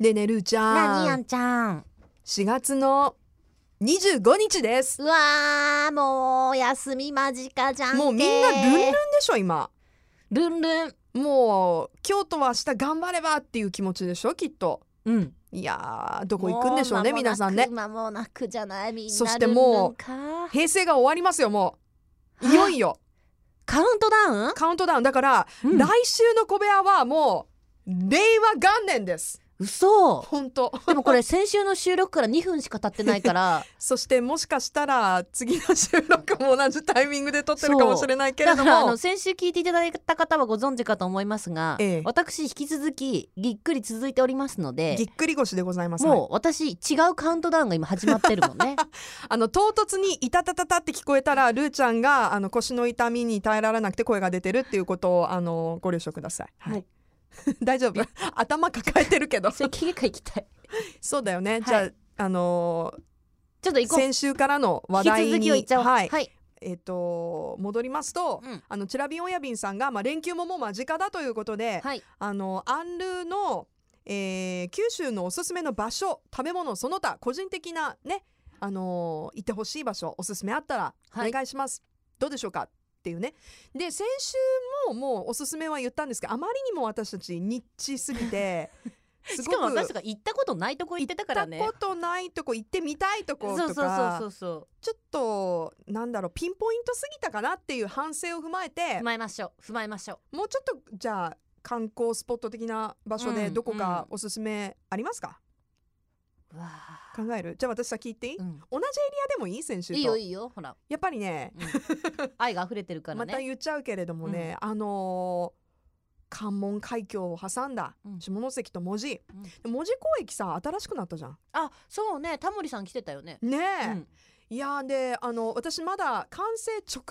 でねるーちなにゃやんんちゃん4月の25日ですうわーもう休み間近じゃんけもうみんなルンルンでしょ今ルンルンもう京都は明日頑張ればっていう気持ちでしょきっとうんいやーどこ行くんでしょうね皆さんね間もなくじゃないみんなそしてもルンルンか平成が終わりますよもういよいよカウントダウンカウントダウンだから、うん来週の小部屋はもう令和元年です嘘本当でもこれ先週の収録から2分しか経ってないから そしてもしかしたら次の収録も同じタイミングで撮ってるかもしれないけれだどからあもの先週聞いていただいた方はご存知かと思いますが、ええ私引き続きぎっくり続いておりますのでぎっくり腰でございます、もう私違うカウントダウンが今始まってるもん ねあの唐突に「いたたたた」って聞こえたらルーちゃんがあの腰の痛みに耐えられなくて声が出てるっていうことをあのご了承ください、はい はい大丈夫 頭抱えてるけどそれ聞けか行きたいそうだよね、いじゃああのちょっと行こう先週からの話引題きに続きを言っちゃおうはいはい、えっ、と戻りますと、うんあのチラビン親便さんが、まあ、連休ももう間近だということで、はいあのアンルーの、えー九州のおすすめの場所食べ物その他個人的なねあのー行ってほしい場所おすすめあったらおはい願いします、どうでしょうかっていうねで先週ももうおすすめは言ったんですけどあまりにも私たちニッチすぎてす しごくかも私とか行ったことないとこ行ってたからね行ったことないとこ行ってみたいとことかそうそうそうそうちょっとなんだろうピンポイントすぎたかなっていう反省を踏まえて踏まえましょう踏まえましょうもうちょっとじゃあ観光スポット的な場所うでんどこかおすすめありますか、うわあ、考えるじゃあ私先行っていい、うん、同じエリアでもいい先週といいよいいよほら、やっぱりねうん 愛が溢れてるからまたね、言っちゃうけれどもね、あのー関門海峡を挟んだうん下関と門司、門司港駅さ新しくなったじゃんあそうねタモリさん来てたよね、ねうえ、んいやーであの私まだ完成直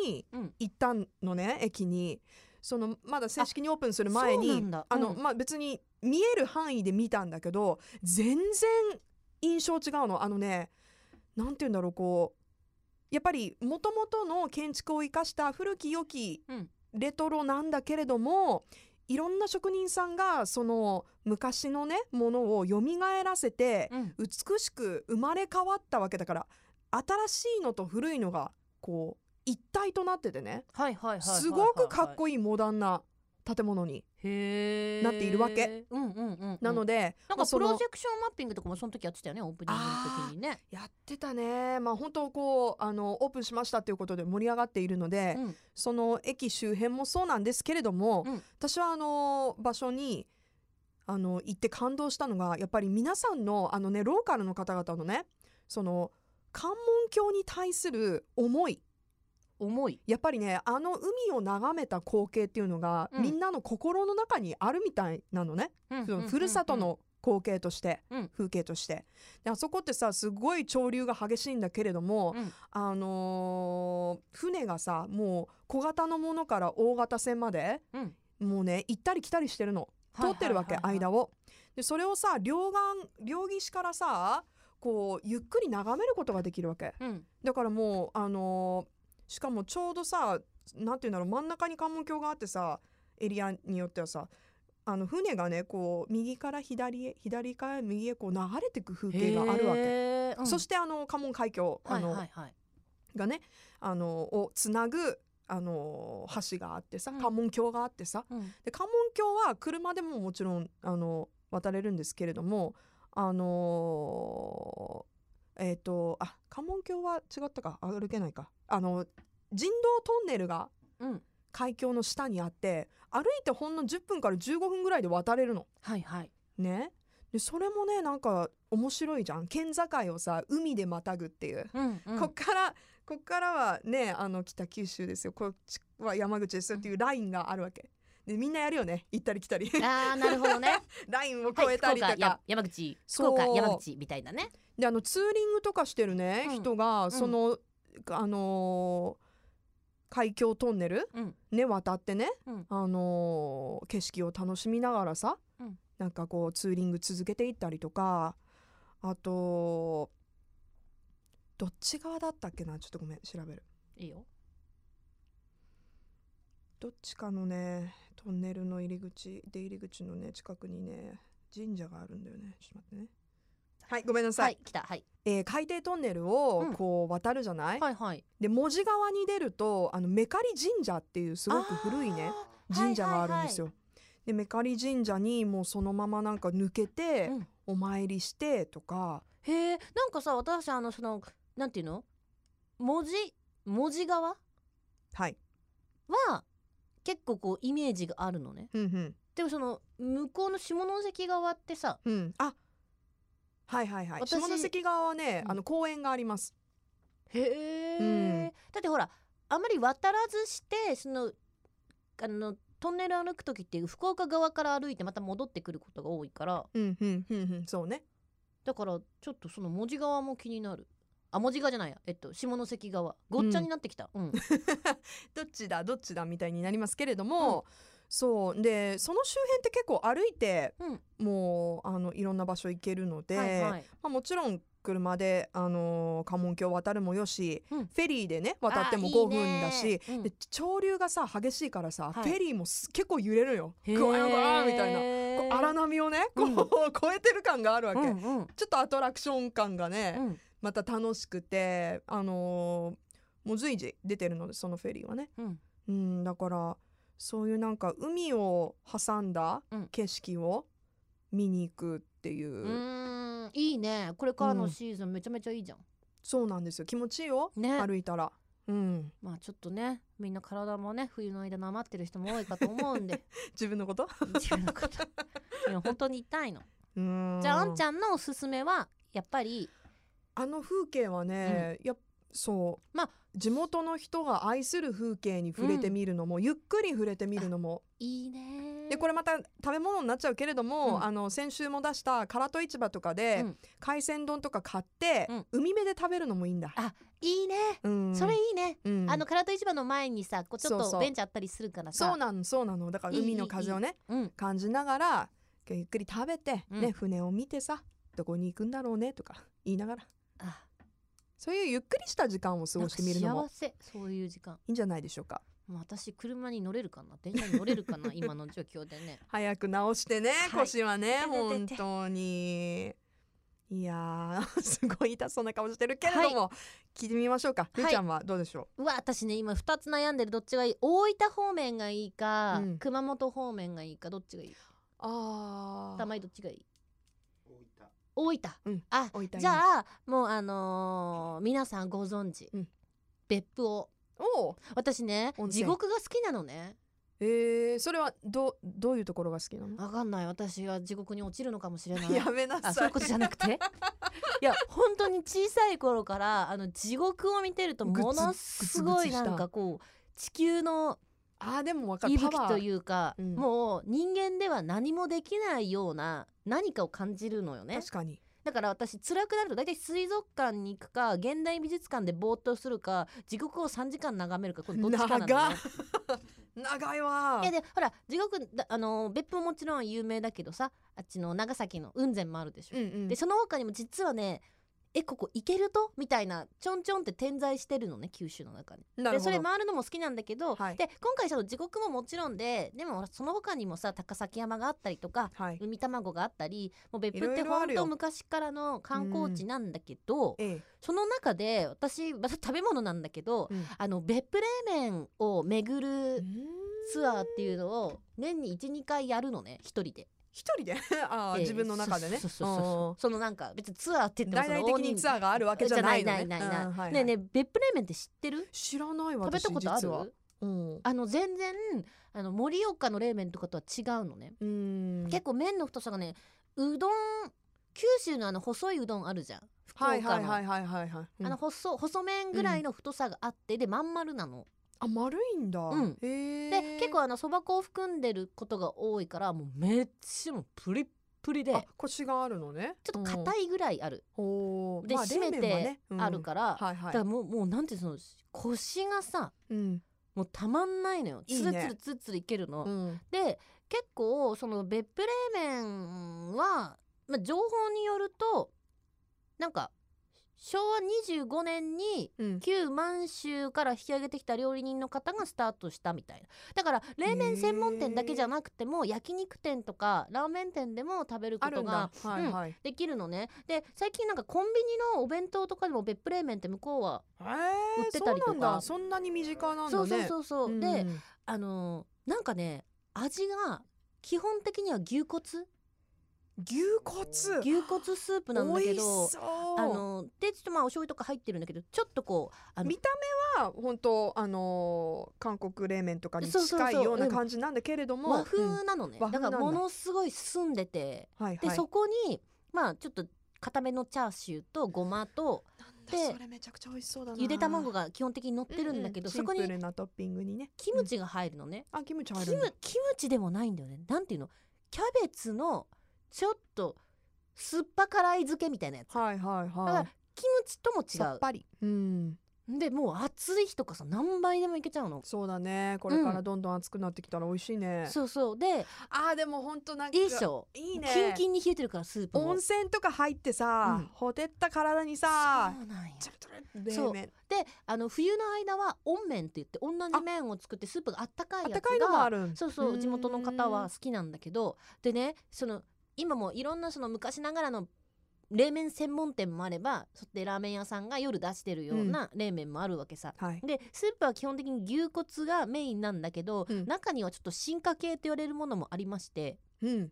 前にうん行ったのね、駅にそのまだ正式にオープンする前そうなにんだあの、うんまあ、別に見える範囲で見たんだけど全然印象違うのあのねなんて言うんだろうこうやっぱりもともとの建築を生かした古き良きうんレトロなんだけれども、いろんな職人さんがその昔のねものを蘇らせてうん美しく生まれ変わったわけだから新しいのと古いのがこう一体となっててねはいはいはいはいはいはいすごくかっこいいモダンな建物にへえなっているわけうんうんうん、うん、なので、なまあんかそプのロジェクションマッピングとかもその時やってたよねオープニングの時にね、やってたねまあ本当こうあのオープンしましたということで盛り上がっているので、うん、その駅周辺もそうなんですけれども、うん私はあの場所にあの行って感動したのがやっぱり皆さんのあのねローカルの方々のねその関門橋に対する思い重いやっぱりねあの海を眺めた光景っていうのが、うんみんなの心の中にあるみたいなのね、そのふるさとの光景として、うん風景としてであそこってさすごい潮流が激しいんだけれども、うんあのー船がさもう小型のものから大型船まで、うんもうね行ったり来たりしてるの通ってるわけ、間をを。でそれをさ両岸両岸からさこうゆっくり眺めることができるわけ。うんだからもうあのーしかもちょうどさなんていうんだろう真ん中に関門橋があってさエリアによってはさあの船がねこう右から左へ左から右へこう流れていく風景があるわけ、けそしててあの関門海峡あの、はいはいはいがねあのをつなぐあの橋があってさうん関門橋があってさ、うんで関門橋は車でももちろんあの渡れるんですけれどもあのーえっ、とあ関門橋は違ったか歩けないかあの人道トンネルがうん海峡の下にあって歩いてほんの10分から15分ぐらいで渡れるのはいはいねでそれもねなんか面白いじゃん県境をさ海でまたぐっていううんうんこっからこっからはねあの北九州ですよこっちは山口ですよっていうラインがあるわけでみんなやるよね行ったり来たりあーなるほどね ラインをは超いえ福たりと岡か、や山口福岡そう山口みたいなねであのツーリングとかしてるね、うん人がその、あのー海峡トンネルうんね渡ってね、うんあのー景色を楽しみながらさ、うんなんかこうツーリング続けていったりとかあとどっち側だったっけなちょっとごめん調べる。いいよどっちかのねトンネルの入り口出入り口のね近くにね神社があるんだよねちょっと待ってねはいごめんなさい、はい、来た。はい。えー海底トンネルをうんこう渡るじゃない、はいはい。で門司川に出るとあのメカリ神社っていうすごく古いねあー神社があるんですよ。でメカリ神社にもうそのままなんか抜けてうんお参りしてとか、へえなんかさ私あのそのなんていうの文字文字側はい、は結構こうイメージがあるのねうんうんでもその向こうの下関側ってさうん、あはいはいはい私下関側はね、うんあの公園があります。へえ、うんだってほらあまり渡らずしてそのあのトンネル歩く時って福岡側から歩いてまた戻ってくることが多いからうんうんうんうん、そうねだからちょっとその文字側も気になるあ文字側じゃないやえっと下関側ごっちゃになってきた、うんどっちだどっちだみたいになりますけれども、そうでその周辺って結構歩いて、うんもうあのいろんな場所行けるので、はいはいまあ、もちろん車で、あのー関門橋を渡るもよし、うんフェリーでね渡っても5分だしあいいねうんで潮流がさ激しいからさ、はいフェリーもす結構揺れるよへグーワングワンみたいなこう荒波をねこう、うん 超えてる感があるわけ、うんちうんょっとアトラクション感がね、うんまた楽しくてあのーもう随時出てるのでそのフェリーはねうんうんだからそういうなんか海を挟んだうん景色を見に行くっていう、うーんいいねこれからのシーズンめちゃめちゃいいじゃん、そうなんですよ気持ちいいよね歩いたらうんまあちょっとねみんな体もね冬の間なまってる人も多いかと思うんで自分の こと自分のこといや本当に痛いのうんじゃああんちんゃんのおすすめはやっぱりあの風景はね、やっそうまあ地元の人が愛する風景に触れてみるのも、ゆっくり触れてみるのもいいねでこれまた食べ物になっちゃうけれども、うんあの先週も出した唐戸市場とかで、うん海鮮丼とか買って、うん海辺で食べるのもいいんだ。あいいね、うん、それいいね、うんあの唐戸市場の前にさこうちょっそうそとうベンチあったりするからさそうなのそうなのだからいい海の風をねうん感じながらゆっくり食べて、うんね船を見てさどこに行くんだろうねとか言いながらあそういうゆっくりした時間を過ごしてみるのなもんか幸せそういう時間いいんじゃないでしょうかもう私車に乗れるか な電車に乗れるかな今の状況でね早く直してね、はい腰はねてて本てて当にいやー すごい痛そうな顔してるけれども、聞いてみましょうか、いゆうちゃんはどうでしょうわ私ね今2つ悩んでるどっちがいい大分方面がいいか、うん熊本方面がいいかどっちがいいうあ玉井どっちがいい大分うんあ置いたじゃあもうあのー皆さんご存知、うん別府をおう私ね温地泉獄が好きなのねえー、それはどどういうところが好きなのわかんない私は地獄に落ちるのかもしれな い やめなさいあそういうことじゃなく ていや本当に小さい頃からあの地獄を見てるとグツものすごいグツグツしなたんかこう地球のあーでもわかる息パ吹ワとーいうか、うんもう人間では何もできないような何かを感じるのよね確かにだから私辛くなると大体水族館に行くか現代美術館でぼーっとするか地獄を3時間眺めるかこれどっちかなのね長っ長いわいやでほら地獄だあの別府ももちろん有名だけどさあっちの長崎の雲仙もあるでしょ、うんうんでその他にも実はねえここ行けるとみたいなちょんちょんって点在してるのね九州の中になでるほそどれ回るのも好きなんだけど、はいで今回その地獄ももちろんででもほらその他にもさ高崎山があったりとかはい海卵があったりもう別い府っろていろあ本る当よ昔からの観光地なんだけど、ええその中で私また食べ物なんだけど、うんあの別府冷麺を巡うんるツアーっていうのを年に12回やるのね一人で、一人で あーえー自分の中でねそうそうそうそうそのなんか別にツアーってうん言っても大その々的大に人ツアーがあるわけじゃないのじねゃないないないないうんはいはいねえねえ別府冷麺って知ってる知らないわ食べたことあるうんあの全然あの盛岡の冷麺とかとは違うのね、うん結構麺の太さがねうどん九州のあの細いうどんあるじゃん福岡はの、いはいはいはいはいはいうんあの細細麺ぐらいの太さがあって、でまん丸なのあ丸いんだうんへえで結構あのそば粉を含んでることが多いからもうめっちゃもうプリップリでちょあ腰があるのねっと硬いいぐらいある、ほうでまあ締め冷麺はてねうんあるから、はいはだいからもうもうなんていうの腰がさうんもうたまんないのよいいつるねつるつるつるいけるの、うんで結構その別府冷麺は、まあ、情報によるとなんか昭和25年にうん旧満州から引き上げてきた料理人の方がスタートしたみたいなだから冷へ麺ー専門店だけじゃなくても焼肉店とかラーメン店でも食べるこあるとんがだはいうんはい、へできるのねで最近なんかコンビニのお弁当とかでも別府冷麺って向こうは、ー売ってたりそうなとかんだそんなに身近なんだねそうそうそうそう、んであのーなんかね味が基本的には牛骨牛骨牛骨スープなんだけ美味どしそうあのーでちょっとまあお醤油とか入ってるんだけどちょっとこうあの見た目は本当あのー韓国冷麺とかにそうそうそう近いよううなん感じなんだけれども和うん風なのね、和風なだかんだらものすごい澄んでてはいで、はいそこにまあちょっと固めのチャーシューとごまとなんだでそれめちゃくちゃ美味しそうだなゆで卵が基本的に乗ってるんだけど、ううそこシンプにルなトッピングにねキムチが入るのね、あキムチあキるんだムキムチでもないんだよねなんていうのキャベツのちょっと酸っぱ辛い漬けみたいなやつ、はいはいだかはらキムチともいさっ違ぱりうんうでもう暑い日とかさ何倍でもいけちゃうの、そうだねこれかうらどんどん暑くなってきたら美味しいね、そうそうであーでも本当なんかいいっしょいいねキンキンに冷えてるからスープも温泉とか入ってさ、うんほてった体にさそうなんやちょっとそ冷う麺であの冬の間は温麺って言って同じ麺を作ってスープがあったかいあっやたつかいのもあがるんそうそう地元の方は好きなんだけどでねその今もいろんなその昔ながらの冷麺専門店もあればそってラーメン屋さんが夜出してるような冷麺もあるわけさ、はいでスープは基本的に牛骨がメインなんだけど、うん中にはちょっと進化系って言われるものもありましてうん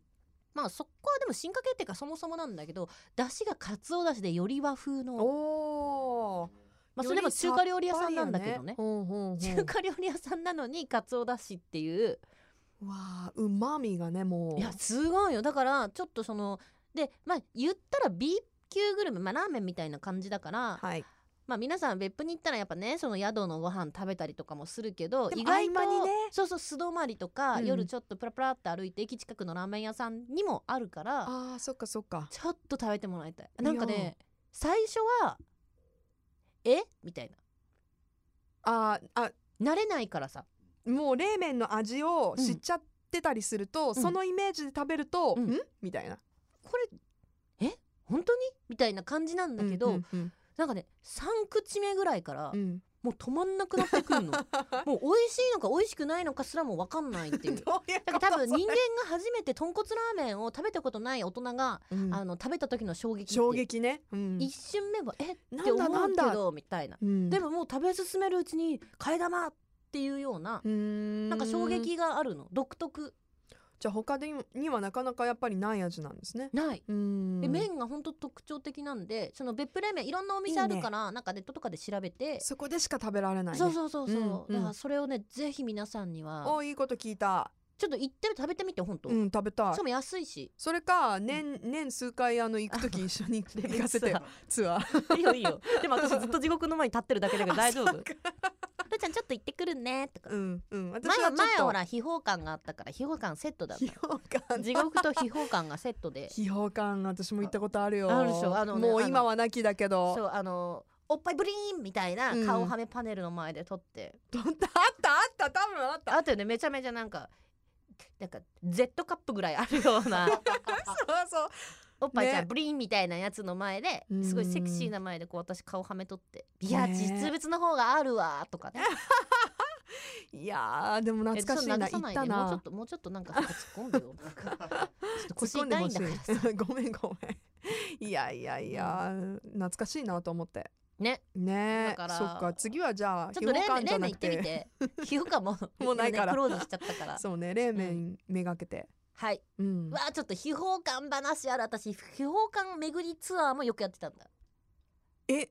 まあそこはでも進化系っていうかそもそもなんだけど出汁がかつお出汁でより和風のおおまあ、それでも中華料理屋さんなんだけどねほうほうほう中華料理屋さんなのにかつおだしっていううわーうまみがねもういやすごいよだからちょっとそのでまあ言ったら B 級グルメ、まあ、ラーメンみたいな感じだから、はいまあ皆さん別府に行ったらやっぱねその宿のご飯食べたりとかもするけどでも意外と合間にねそうそう素泊まりとか、うん夜ちょっとプラプラって歩いて駅近くのラーメン屋さんにもあるからあーそっかそっかちょっと食べてもらいたいいやなんかね最初はえみたいあーあな慣れないからさもう冷麺の味を知っちゃってたりすると、んそのイメージで食べると、、うんんみたいなこれえ本当にみたいな感じなんだけど、うんうんなんかね3口目ぐらいからうんうんもう止まんなくなって くるのもう美味しいのか美味しくないのかすらも分かんないっていう。 どういうだこかとら多分それ人間が初めて豚骨ラーメンを食べたことない大人が、うんあの食べた時の衝撃って衝撃ね、うん一瞬目はえっなんてだ思なうんけだ、どみたいな、うんでももう食べ進めるうちに替え玉っていうような、うーんなんか衝撃があるの独特じゃあ他でにはなかなかやっぱりない味なんですねない、うんで麺が本当特徴的なんでその別府冷麺いろんなお店あるからなんかネットとかで調べてそこでしか食べられない、ね、そうそうそうそう、うんうんだからそれをねぜひ皆さんにはおいいこと聞いたちょっと行って食べてみて本当、うん食べたいしかも安いしそれか年年数回あの行くとき一緒に行かせ てよツアーいいよいいよでも私ずっと地獄の前に立ってるだけだから大丈 夫あそルっかーちゃんちょっと行ってくるねとかうんうん私前ははちょっ前はとほら秘宝館があったから秘宝館セットだった秘宝 館地獄と秘宝館がセット で秘宝館私も行ったことあるよあるでしょあのねもうあの今はなきだけそどうあのおっぱいブリーンみたいなうん顔はめパネルの前で撮って、 どんなあったあった多分あったあとねめちゃめちゃなんかなんか Z カップぐらいあるよ うなそうそうおっぱいちゃん、ねブリーンみたいなやつの前でうんすごいセクシーな前でこう私顔はめとって「いやね実物の方があるわ」とかねいやーでも 懐かしいなえちょ行っっと流さいたなでもうちょっともうちょっとなんかそこ突っ込んでよなんかちょっと腰突っ込んで痛いほんしだからさい ごめんごめんいやいやいや懐かしいなと思ってねねだからそっか次はじゃあちょっと冷秘宝館麺じ冷ゃ麺な行くってみて皮膚科ももうないからねクローズしちゃったからそうね冷麺めがけてはいううんわあちょっと秘宝館話ある私秘宝館巡りツアーもよくやってたんだえ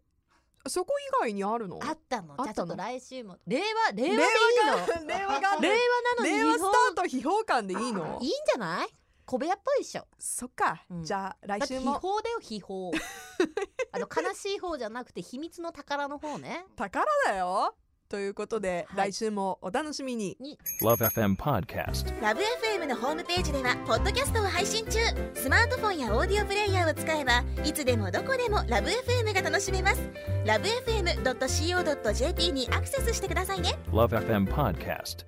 そこ以外にあるのあったのあったのじゃあちょっと来週も令和令和でい令いの和が令和が令和な令のに和ス秘タ宝ート秘宝館でいいのいいんじゃない小部屋っぽいでしょそっか、うんじゃあ来だって週秘も宝だよ秘宝 あの悲しい方じゃなくて秘密の宝の方ね宝だよということで、はい来週もお楽しみに Love FM Podcast. ラブ f m のホームページではポッドキャストを配信中スマートフォンやオーディオプレイヤーを使えばいつでもどこでもラブ f m が楽しめますラブ FM.co.jp にアクセスしてくださいね Love FM Podcast.